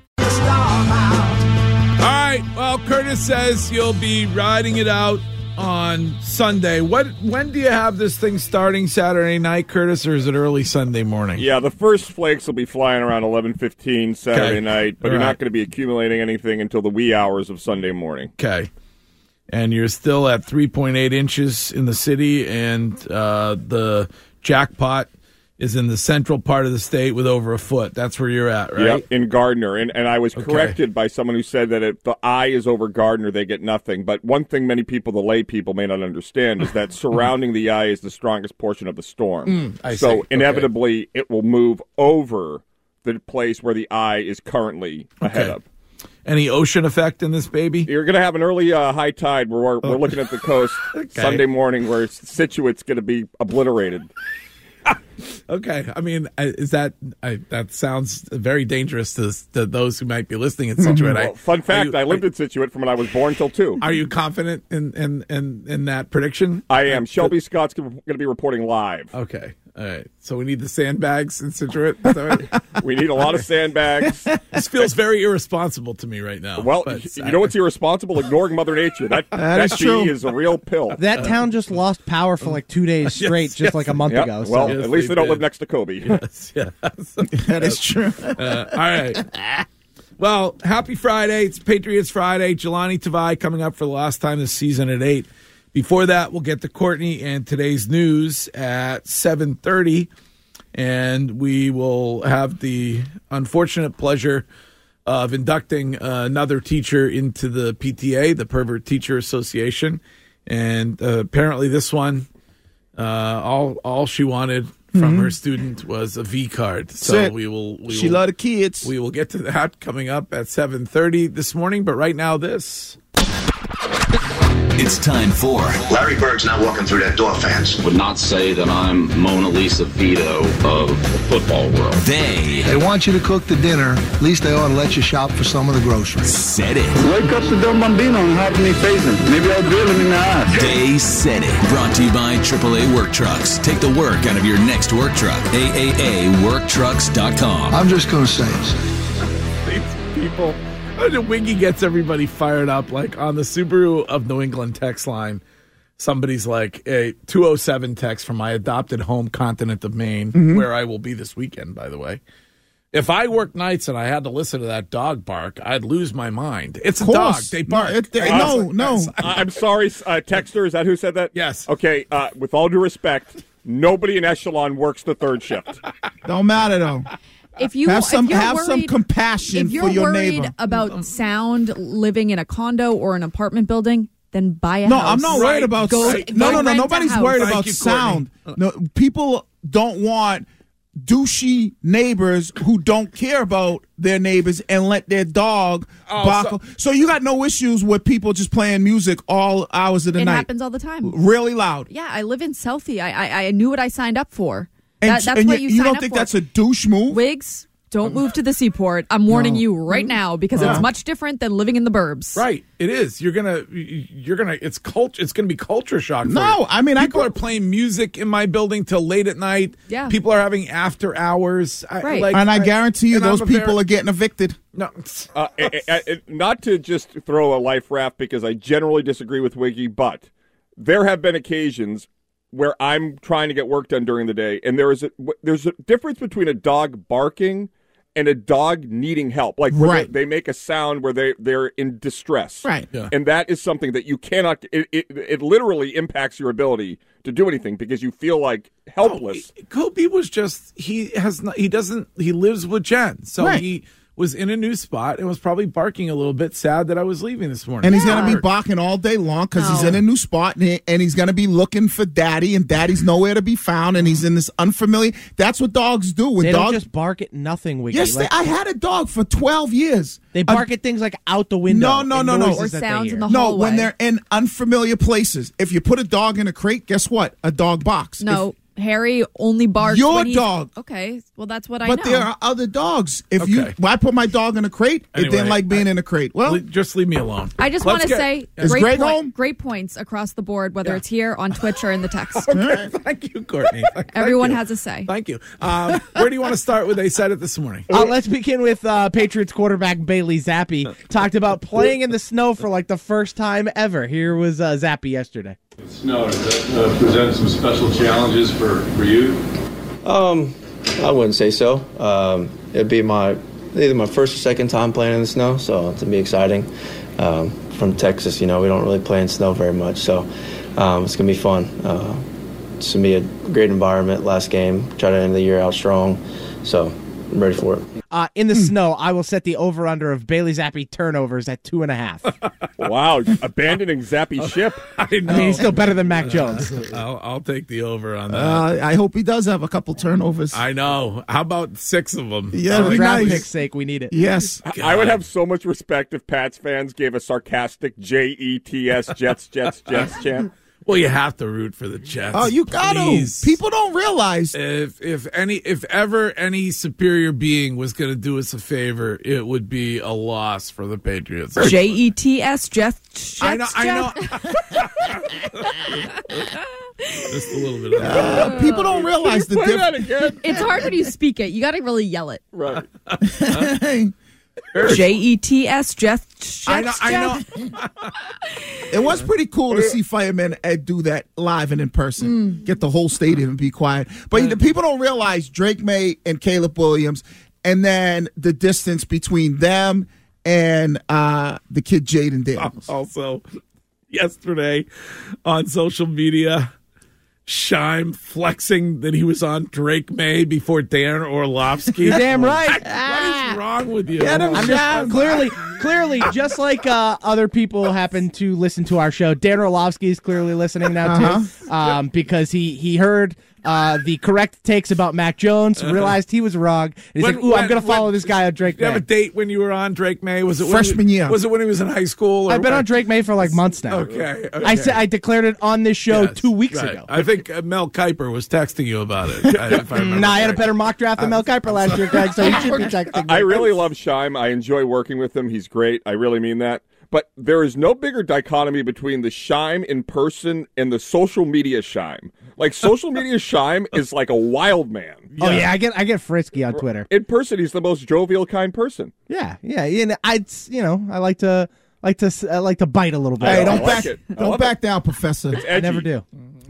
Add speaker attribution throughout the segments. Speaker 1: All right. Well, Curtis says you'll be riding it out on Sunday. What? When do you have this thing starting Saturday night, Curtis, or is it early Sunday morning?
Speaker 2: Yeah, the first flakes will be flying around 11:15 Saturday
Speaker 1: Okay.
Speaker 2: night, but you're
Speaker 1: All right.
Speaker 2: not going to be accumulating anything until the wee hours of Sunday morning.
Speaker 1: Okay. And you're still at 3.8 inches in the city, and uh, the jackpot is in the central part of the state with over a foot. That's where you're at, right?
Speaker 2: Yep, in Gardner, and and I was corrected by someone who said that if the eye is over Gardner, they get nothing. But one thing many people, the lay people, may not understand is that surrounding the eye is the strongest portion of the storm.
Speaker 1: Mm, I see.
Speaker 2: so
Speaker 1: Okay.
Speaker 2: inevitably, it will move over the place where the eye is currently ahead
Speaker 1: Okay.
Speaker 2: of.
Speaker 1: Any ocean effect in this baby?
Speaker 2: You're going to have an early uh, high tide. Where we're,
Speaker 1: Oh.
Speaker 2: we're looking at the coast Sunday morning, where Situate's going to be obliterated.
Speaker 1: Okay. I mean, I- is that I, that sounds very dangerous to, to those who might be listening in Situate. I-
Speaker 2: Well, fun
Speaker 1: are
Speaker 2: fact:
Speaker 1: you-
Speaker 2: I lived in Situate from when I was born till two.
Speaker 1: Are you confident in in in, in that prediction?
Speaker 2: I am. Shelby Scott's going to be reporting live.
Speaker 1: Okay. All right. So we need the sandbags in Situate. Is that right?
Speaker 2: We need a lot of sandbags.
Speaker 1: this feels very irresponsible to me right now.
Speaker 2: Well,
Speaker 1: but
Speaker 2: you know what's irresponsible? Ignoring Mother Nature. That that
Speaker 3: is
Speaker 2: bee
Speaker 3: true.
Speaker 2: is a real pill.
Speaker 3: That town just lost power for like two days straight, just like a month
Speaker 2: Yep.
Speaker 3: ago. So.
Speaker 2: Well,
Speaker 1: Uh, Yes,
Speaker 2: at least
Speaker 1: they
Speaker 2: they don't
Speaker 1: did.
Speaker 2: live next to Kobe.
Speaker 1: yes.
Speaker 3: that is true.
Speaker 1: Uh, all right. Well, happy Friday. It's Patriots Friday. Jelani Tavai coming up for the last time this season at 8. Before that, we'll get to Courtney and today's news at 7.30. And we will have the unfortunate pleasure of inducting uh, another teacher into the PTA, the Pervert Teacher Association. And uh, apparently this one, uh, all all she wanted from
Speaker 3: Mm-hmm.
Speaker 1: her student was a V card. So
Speaker 3: Sick.
Speaker 1: we will we
Speaker 3: She
Speaker 1: will,
Speaker 3: loved the kids.
Speaker 1: we will get to that coming up at 7:30 this morning, but right now this.
Speaker 4: It's time for
Speaker 5: Larry Bird's not walking through that door, fans.
Speaker 6: would not say that I'm Mona Lisa Vito of the football world.
Speaker 4: They
Speaker 7: They want you to cook the dinner. At least they ought to let you shop for some of the groceries.
Speaker 4: Said It.
Speaker 5: Wake up the Del Bambino and have me face him. Maybe I'll drill him in the eye.
Speaker 4: They Said It. Brought to you by AAA Work Trucks. Take the work out of your next work truck. AAAWorkTrucks.com.
Speaker 7: I'm just going to say this.
Speaker 1: These people uh, the Wiggy gets everybody fired up like on the Subaru of New England text line. Somebody's like a 207 text from my adopted home continent of Maine,
Speaker 3: Mm-hmm.
Speaker 1: where I will be this weekend, by the way. If I worked nights and I had to listen to that dog bark, I'd lose my mind. It's a dog. They bark.
Speaker 2: no, no. I, am sorry, s- uh, Texter. Is that who said that?
Speaker 1: Yes.
Speaker 2: Okay. Uh, with all due respect, nobody in Echelon works the third shift.
Speaker 3: Don't matter though.
Speaker 8: If you
Speaker 3: Have some-
Speaker 8: if you're
Speaker 3: have
Speaker 8: worried,
Speaker 3: some compassion
Speaker 8: if you're
Speaker 3: for your
Speaker 8: worried
Speaker 3: neighbor.
Speaker 8: about sound living in a condo or an apartment building, then buy a
Speaker 3: No,
Speaker 8: house.
Speaker 3: I'm not worried about.
Speaker 8: Go-
Speaker 3: Right.
Speaker 8: go
Speaker 3: No, no, no.
Speaker 8: rent a
Speaker 3: Nobody's
Speaker 8: house.
Speaker 3: worried
Speaker 1: Thank
Speaker 3: about
Speaker 1: you,
Speaker 3: sound.
Speaker 1: Courtney.
Speaker 3: No, people don't want douchey neighbors who don't care about their neighbors and let their dog
Speaker 1: Oh,
Speaker 3: bark. So, you got no issues with people just playing music all hours of the
Speaker 8: It
Speaker 3: night,
Speaker 8: happens all the time.
Speaker 3: really loud.
Speaker 8: Yeah, I live in Southie. I I, I knew what I signed up for.
Speaker 3: And,
Speaker 8: That- that's
Speaker 3: and
Speaker 8: what
Speaker 3: you,
Speaker 8: you,
Speaker 3: you
Speaker 8: sign
Speaker 3: don't
Speaker 8: up
Speaker 3: think
Speaker 8: for.
Speaker 3: that's a douche move?
Speaker 8: wigs. Don't move to the seaport. I'm warning
Speaker 3: No.
Speaker 8: you right now because it's much different than living in the burbs.
Speaker 1: Right, it is. You're gonna, you're gonna. It's culture. It's gonna be culture shock. for
Speaker 3: No,
Speaker 1: you.
Speaker 3: I mean, I
Speaker 1: people
Speaker 3: go-
Speaker 1: are playing music in my building till late at night.
Speaker 8: Yeah.
Speaker 1: people are having after hours. I,
Speaker 8: Right.
Speaker 3: and I guarantee you,
Speaker 1: and
Speaker 3: those
Speaker 1: I'm a very-
Speaker 3: people are getting evicted.
Speaker 1: No,
Speaker 2: Uh, I- I- I- not to just throw a life raft because I generally disagree with Wiggy, but there have been occasions where I'm trying to get work done during the day, and there is a w- there's a difference between a dog barking and a dog needing help. Like where
Speaker 3: Right.
Speaker 2: they, they make a sound where they they're in distress.
Speaker 3: Right. Yeah.
Speaker 2: And that is something that you cannot. It, it it literally impacts your ability to do anything because you feel like
Speaker 9: Oh,
Speaker 2: helpless.
Speaker 1: Kobe was just he has not, he doesn't he lives with Jen, so
Speaker 3: Right.
Speaker 1: he was in a new spot and was probably barking a little bit, sad that I was leaving this morning.
Speaker 3: And he's going to be barking all day long because he's in a new spot and, he- and he's going to be looking for daddy, and daddy's nowhere to be found, and he's in this unfamiliar. That's what dogs do. When
Speaker 10: they
Speaker 3: dogs,
Speaker 10: don't just bark at nothing. Wiggy.
Speaker 3: yes, they,
Speaker 10: Like,
Speaker 3: I had a dog for 12 years.
Speaker 10: They bark at things like out the window.
Speaker 3: No, no,
Speaker 10: and
Speaker 3: no, no.
Speaker 10: noises that they hear.
Speaker 3: No, when they're in unfamiliar places. If you put a dog in a crate, guess what? A dog box.
Speaker 8: No, Harry only barks.
Speaker 3: Your
Speaker 8: when he's-
Speaker 3: dog.
Speaker 8: Okay, well that's what I know.
Speaker 3: But there are other dogs. If you, when I put my dog in a crate, it
Speaker 1: Anyway,
Speaker 3: didn't like being in a crate. Well,
Speaker 1: just leave me alone.
Speaker 8: I just want
Speaker 3: Let's
Speaker 8: to
Speaker 3: get-
Speaker 8: say
Speaker 3: Is
Speaker 8: great,
Speaker 3: Greg
Speaker 8: point-
Speaker 3: home?
Speaker 8: great points across the board, whether it's here on Twitch or in the text.
Speaker 1: Thank you, Courtney. Thank
Speaker 8: Everyone
Speaker 1: you.
Speaker 8: has a say.
Speaker 1: Thank you. Um, where do you want to start with? They said it this morning.
Speaker 10: Uh, let's begin with uh, Patriots quarterback Bailey Zappi. Talked about playing in the snow for like the first time ever. Here was uh, Zappi yesterday.
Speaker 9: Snow, does that uh, present some special challenges for, for you?
Speaker 11: Um, I wouldn't say so. Um, it'd be my either my first or second time playing in the snow, so it's gonna be exciting. Um, from Texas, you know, we don't really play in snow very much, so um, it's gonna be fun. Uh, it's gonna be a great environment. Last game, try to end the year out strong, so I'm ready for it.
Speaker 10: Uh, in
Speaker 1: Hmm.
Speaker 10: the snow, I will set the over under of Bailey Zappi turnovers at two and a half.
Speaker 2: wow, abandoning Zappy ship.
Speaker 1: I Uh,
Speaker 10: I mean, he's still better than Mac Jones.
Speaker 1: I'll, I'll take the over on that.
Speaker 3: uh, I hope he does have a couple turnovers.
Speaker 1: I know. How about six of them?
Speaker 3: Yeah, it'd be
Speaker 10: draft
Speaker 3: nice.
Speaker 10: pick's sake, we need it.
Speaker 3: Yes.
Speaker 2: I- I would have so much respect if Pats fans gave a sarcastic J E T S Jets Jets Jets chant.
Speaker 1: Well, you have to root for the Jets.
Speaker 3: Oh, you got
Speaker 1: please.
Speaker 3: to. People don't realize.
Speaker 1: If if any if ever any superior being was going to do us a favor, it would be a loss for the Patriots.
Speaker 8: J E T S Jeff.
Speaker 1: I know- I know. Just a little bit. Of that.
Speaker 3: Uh, People don't realize the difference.
Speaker 8: It's hard when you speak it. You got to really yell it.
Speaker 2: Right.
Speaker 8: J E T S Jeff.
Speaker 3: I know- I know. It was pretty cool to see firemen uh, do that live and in person. Get the whole stadium and be quiet. But the people don't realize Drake May and Caleb Williams, and then the distance between them and uh, the kid Jaden
Speaker 1: Oh.
Speaker 3: Daniels.
Speaker 1: also yesterday on social media Shime flexing that he was on Drake May before Dan Orlovsky.
Speaker 10: You're damn right. Ah.
Speaker 1: What is wrong with you?
Speaker 10: I'm just, clearly, clearly, just like uh, other people happen to listen to our show, Dan Orlovsky is clearly listening now
Speaker 1: Uh-huh.
Speaker 10: too, um, because he he heard uh, the correct takes about Mac Jones, realized he was wrong, and he's
Speaker 1: Uh-huh. When-
Speaker 10: like, "Ooh,
Speaker 1: when-
Speaker 10: I'm gonna follow this guy on Drake
Speaker 1: Did you have
Speaker 10: May."
Speaker 1: a date when you were on Drake May? Was it when
Speaker 3: Freshman
Speaker 1: he-
Speaker 3: year.
Speaker 1: Was it when he was in high school? or
Speaker 10: I've been
Speaker 1: when-
Speaker 10: on Drake May for like months now.
Speaker 1: Okay,
Speaker 10: I
Speaker 1: okay.
Speaker 10: said I declared it on this show
Speaker 1: Yes,
Speaker 10: two weeks
Speaker 1: right.
Speaker 10: ago.
Speaker 1: I think uh, Mel Kiper was texting you about it. I- if I remember
Speaker 10: Nah, Mm, I had a
Speaker 1: correctly. Uh,
Speaker 10: better mock draft than Mel Kiper last year, Greg, so you should be texting. me.
Speaker 2: I really love Shime. I enjoy working with him. He's great. I really mean that. But there is no bigger dichotomy between the Shime in person and the social media Shime. Like social media Shime is like a wild man.
Speaker 10: Oh yeah, I get I get frisky on Twitter.
Speaker 2: In person, he's the most jovial, kind person.
Speaker 10: Yeah, yeah, and I, you know, I like to like to s- I like to bite a little bit.
Speaker 3: Hey,
Speaker 2: I
Speaker 3: don't
Speaker 2: like
Speaker 3: back,
Speaker 2: it. I love
Speaker 3: don't
Speaker 2: it.
Speaker 3: back down, Professor.
Speaker 10: I never do.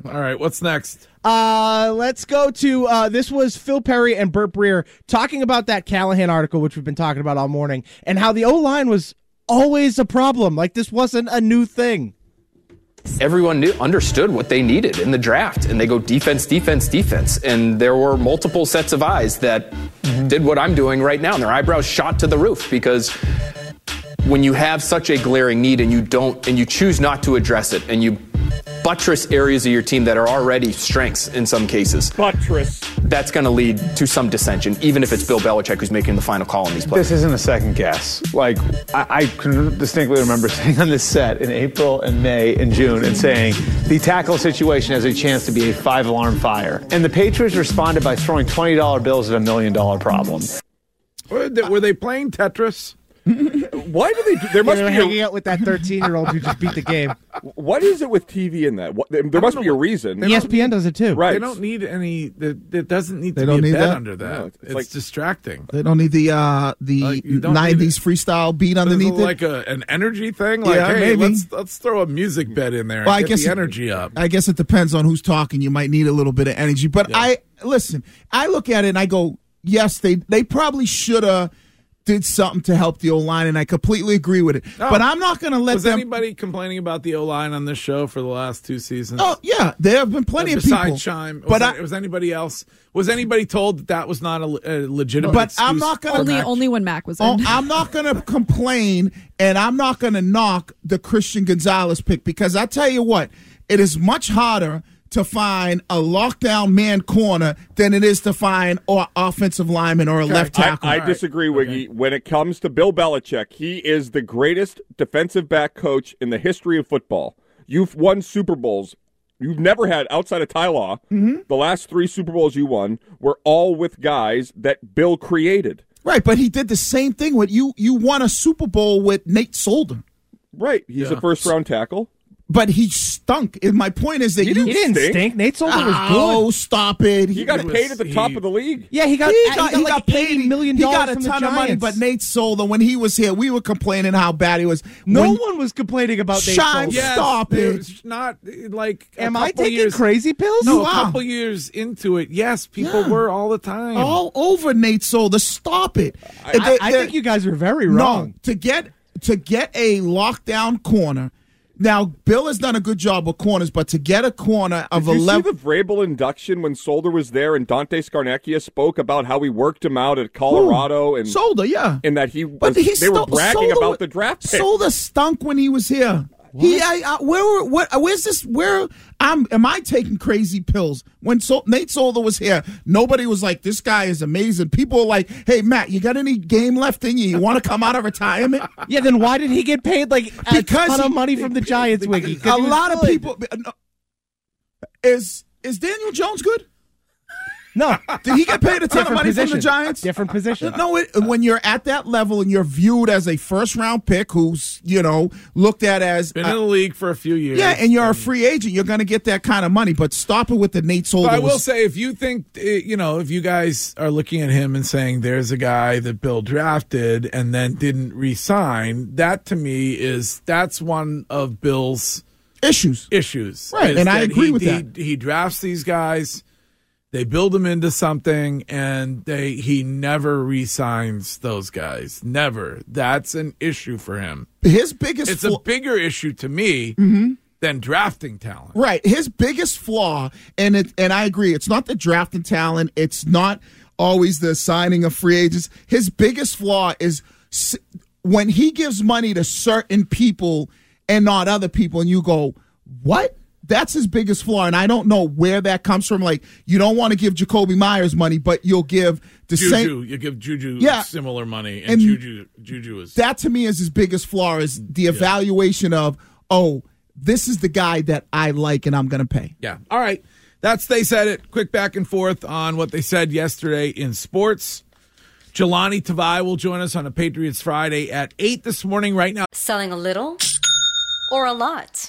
Speaker 1: All right, what's next?
Speaker 10: Uh, let's go to uh, this was Phil Perry and Burt Breer talking about that Callahan article, which we've been talking about all morning, and how the O line was always a problem. Like this wasn't a new thing.
Speaker 12: Everyone knew, understood what they needed in the draft, and they go defense, defense, defense. And there were multiple sets of eyes that did what I'm doing right now, and their eyebrows shot to the roof because when you have such a glaring need and you don't, and you choose not to address it, and you buttress areas of your team that are already strengths in some cases,
Speaker 2: buttress,
Speaker 12: that's going to lead to some dissension, even if it's Bill Belichick who's making the final call on these plays.
Speaker 13: This isn't a second guess. Like, I, I can distinctly remember sitting on this set in April and May and June and saying, the tackle situation has a chance to be a five alarm fire. And the Patriots responded by throwing $20 bills at a million dollar problem.
Speaker 1: Were they, were they playing Tetris?
Speaker 2: Why do they? Do, there must
Speaker 10: they were
Speaker 2: be.
Speaker 10: hanging
Speaker 2: A,
Speaker 10: out with that 13 year old who just beat the game.
Speaker 2: what is it with TV in that? What, there there must be a reason.
Speaker 10: ESPN does it too.
Speaker 2: Right.
Speaker 1: They don't need any. There there doesn't need
Speaker 3: They
Speaker 1: to
Speaker 3: don't
Speaker 1: be a
Speaker 3: need
Speaker 1: bet
Speaker 3: that?
Speaker 1: under that.
Speaker 2: No,
Speaker 1: it's
Speaker 2: it's like-
Speaker 1: distracting.
Speaker 3: They don't need the uh, the
Speaker 1: you don't need
Speaker 3: 90s freestyle beat
Speaker 1: Is it
Speaker 3: underneath it.
Speaker 1: like a, an energy thing? Like,
Speaker 3: Yeah,
Speaker 1: hey,
Speaker 3: maybe.
Speaker 1: let's let's throw a music bed in there. And
Speaker 3: Well, I
Speaker 1: get
Speaker 3: guess
Speaker 1: the
Speaker 3: it-
Speaker 1: energy up.
Speaker 3: I guess it depends on who's talking. You might need a little bit of energy. But I listen, I look at it and I go, yes, they they probably should have did something to help the O line, and I completely agree with it.
Speaker 1: Oh.
Speaker 3: But I'm not going to let
Speaker 1: Was
Speaker 3: them.
Speaker 1: anybody complaining about the O line on this show for the last two seasons?
Speaker 3: Oh yeah, there have been plenty of
Speaker 1: Besides
Speaker 3: people.
Speaker 1: Chime, was,
Speaker 3: but
Speaker 1: that-
Speaker 3: I,
Speaker 1: was anybody else? Was anybody told that that was not a, le- a legitimate?
Speaker 3: But I'm not gonna-
Speaker 8: only
Speaker 3: Mac.
Speaker 8: only when Mac was in.
Speaker 3: Oh, I'm not going to complain and I'm not going to knock the Christian Gonzalez pick because I tell you what, it is much harder to find a lockdown man corner than it is to find an offensive lineman or a left
Speaker 2: I-
Speaker 3: tackle.
Speaker 2: I, disagree, Wiggy. When it comes to Bill Belichick, he is the greatest defensive back coach in the history of football. You've won Super Bowls. You've never had outside of Ty Law.
Speaker 3: Mm-hmm.
Speaker 2: The last three Super Bowls you won were all with guys that Bill created.
Speaker 3: Right, but he did the same thing with you. You won a Super Bowl with Nate Solder.
Speaker 2: Right, he's a first round tackle.
Speaker 3: But he stunk. And my point is that
Speaker 2: He
Speaker 3: you
Speaker 2: didn't He didn't stink. stink. Nate Solder was good.
Speaker 3: Oh, stop it!
Speaker 2: He got paid at the top of the league.
Speaker 10: Yeah, he got- he got like $80 million
Speaker 3: He got a
Speaker 10: from the
Speaker 3: ton of money,
Speaker 10: Giants.
Speaker 3: but Nate Solder, when he was here, we were complaining how bad he was.
Speaker 10: No
Speaker 3: When-
Speaker 10: one was complaining about Nate
Speaker 3: Shine,
Speaker 10: Solder.
Speaker 3: stop it.
Speaker 1: It's not like. a
Speaker 10: Am I
Speaker 1: couple
Speaker 10: taking
Speaker 1: years-
Speaker 10: crazy pills?
Speaker 3: You
Speaker 1: No, a
Speaker 3: are.
Speaker 1: couple years into it, yes, people were all the time.
Speaker 3: all over Nate Solder. Stop it.
Speaker 10: I- I think you guys are very wrong.
Speaker 3: No, to get to get a lockdown corner. Now, Bill has done a good job with corners, but to get a corner of
Speaker 2: Did you
Speaker 3: eleven.
Speaker 2: see the Vrabel induction when Solder was there and Dante Scarnecchia spoke about how he worked him out at Colorado and
Speaker 3: Solder, yeah,
Speaker 2: and that he was,
Speaker 3: But he
Speaker 2: they were
Speaker 3: stole-
Speaker 2: bragging
Speaker 3: Solder
Speaker 2: about
Speaker 3: was-
Speaker 2: the draft pick.
Speaker 3: Solder stunk when he was here. He, I, I, where, were- what, where's this? Where I'm? Am I taking crazy pills? When Sol, Nate Solder was here, nobody was like, "This guy is amazing." People were like, "Hey, Matt, you got any game left in you? You want to come out of retirement?"
Speaker 10: Yeah, then why did he get paid like a
Speaker 3: Because
Speaker 10: ton of
Speaker 3: he-
Speaker 10: money from the Giants, Wiggy? 'Cause
Speaker 3: a
Speaker 10: he was
Speaker 3: lot of
Speaker 10: good.
Speaker 3: people uh, no. is is Daniel Jones good?
Speaker 10: No,
Speaker 3: did he get paid a ton of
Speaker 10: Different
Speaker 3: money from
Speaker 10: position.
Speaker 3: the Giants?
Speaker 10: Different position.
Speaker 3: No, it, when you're at that level and you're viewed as a first round pick, who's you know looked at as
Speaker 1: been
Speaker 3: a-
Speaker 1: in the league for a few years.
Speaker 3: yeah, and you're a free agent, you're going to get that kind of money. But stop it with the Nate Solder.
Speaker 1: But I will
Speaker 3: was-
Speaker 1: say, if you think, uh, you know, if you guys are looking at him and saying there's a guy that Bill drafted and then didn't resign, that to me is that's one of Bill's
Speaker 3: issues.
Speaker 1: Issues,
Speaker 3: Right,
Speaker 1: is
Speaker 3: and I agree
Speaker 1: he,
Speaker 3: with
Speaker 1: he-
Speaker 3: that.
Speaker 1: He drafts these guys, they build them into something, and they he never resigns those guys. Never. That's an issue for him.
Speaker 3: his biggest
Speaker 1: It's
Speaker 3: flaw-
Speaker 1: a bigger issue to me
Speaker 3: Mhm.
Speaker 1: than drafting talent.
Speaker 3: Right. His biggest flaw, and it, and I agree, it's not the drafting talent. It's not always the signing of free agents. His biggest flaw is s- when he gives money to certain people and not other people, and you go, what? That's his biggest flaw, and I don't know where that comes from. Like, you don't want to give Jacoby Myers money, but you'll give the
Speaker 1: Juju,
Speaker 3: same.
Speaker 1: you give Juju
Speaker 3: Yeah.
Speaker 1: similar money, and,
Speaker 3: And-
Speaker 1: Juju, Juju is
Speaker 3: that to me is his biggest flaw is the evaluation of oh this is the guy that i like and i'm gonna pay
Speaker 1: yeah. All right, that's they said it. Quick back and forth on what they said yesterday in sports. Jelani Tavai will join us on a Patriots Friday at eight this morning. Right now,
Speaker 14: Selling a little or a lot?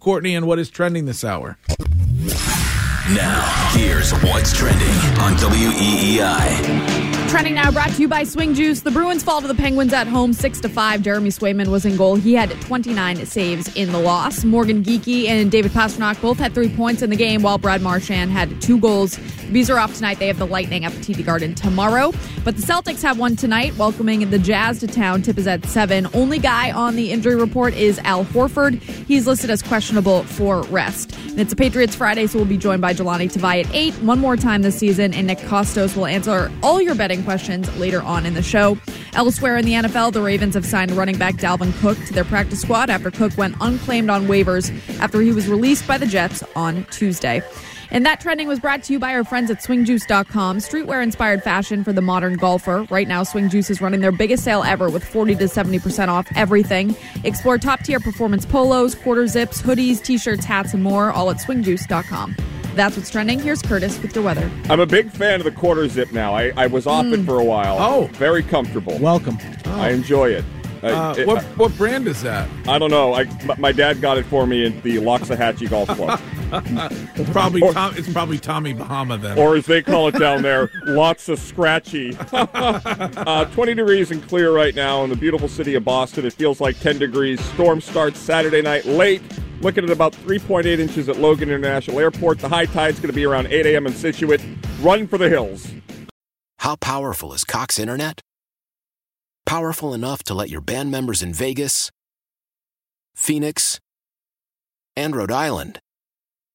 Speaker 1: Courtney and what is trending this hour.
Speaker 4: Now, here's what's trending on E WEEI.
Speaker 8: Trending now brought to you by Swing Juice. The Bruins fall to the Penguins at home 6 to 5. Jeremy Swayman was in goal. He had 29 saves in the loss. Morgan Geeky and David Pasternak both had 3 points in the game while Brad Marchand had 2 goals. The Bees are off tonight. They have the Lightning at the TD Garden tomorrow. But the Celtics have one tonight welcoming the Jazz to town. Tip is at 7. Only guy on the injury report is Al Horford. He's listed as questionable for rest. And it's a Patriots Friday, so we'll be joined by Jelani Tavai at 8 one more time this season, and Nick Costos will answer all your betting questions later on in the show. Elsewhere in the NFL, the Ravens have signed running back Dalvin Cook to their practice squad after Cook went unclaimed on waivers after he was released by the Jets on Tuesday. And that trending was brought to you by our friends at swingjuice.com, streetwear inspired fashion for the modern golfer. Right now, Swing Juice is running their biggest sale ever with 40 to 70% off everything. Explore top tier performance polos, quarter zips, hoodies, t shirts, hats, and more, all at swingjuice.com. That's what's trending. Here's Curtis with your weather.
Speaker 2: I'm a big fan of the quarter zip now. I, I was off it for a while. Oh, very comfortable.
Speaker 10: Welcome.
Speaker 2: I enjoy it. I-
Speaker 1: Uh,
Speaker 2: it-
Speaker 1: what what brand is that?
Speaker 2: I don't know. I, my, my dad got it for me at the Loxahatchee Golf Club,
Speaker 1: It's probably Tom, it's probably Tommy Bahama then.
Speaker 2: or as they call it down there, lots of scratchy. uh, 20 degrees and clear right now in the beautiful city of Boston. It feels like 10 degrees. Storm starts Saturday night late. Looking at about 3.8 inches at Logan International Airport. The high tide's going to be around 8 a.m. in Situate. Run for the hills.
Speaker 15: How powerful is Cox Internet? Powerful enough to let your band members in Vegas, Phoenix, and Rhode Island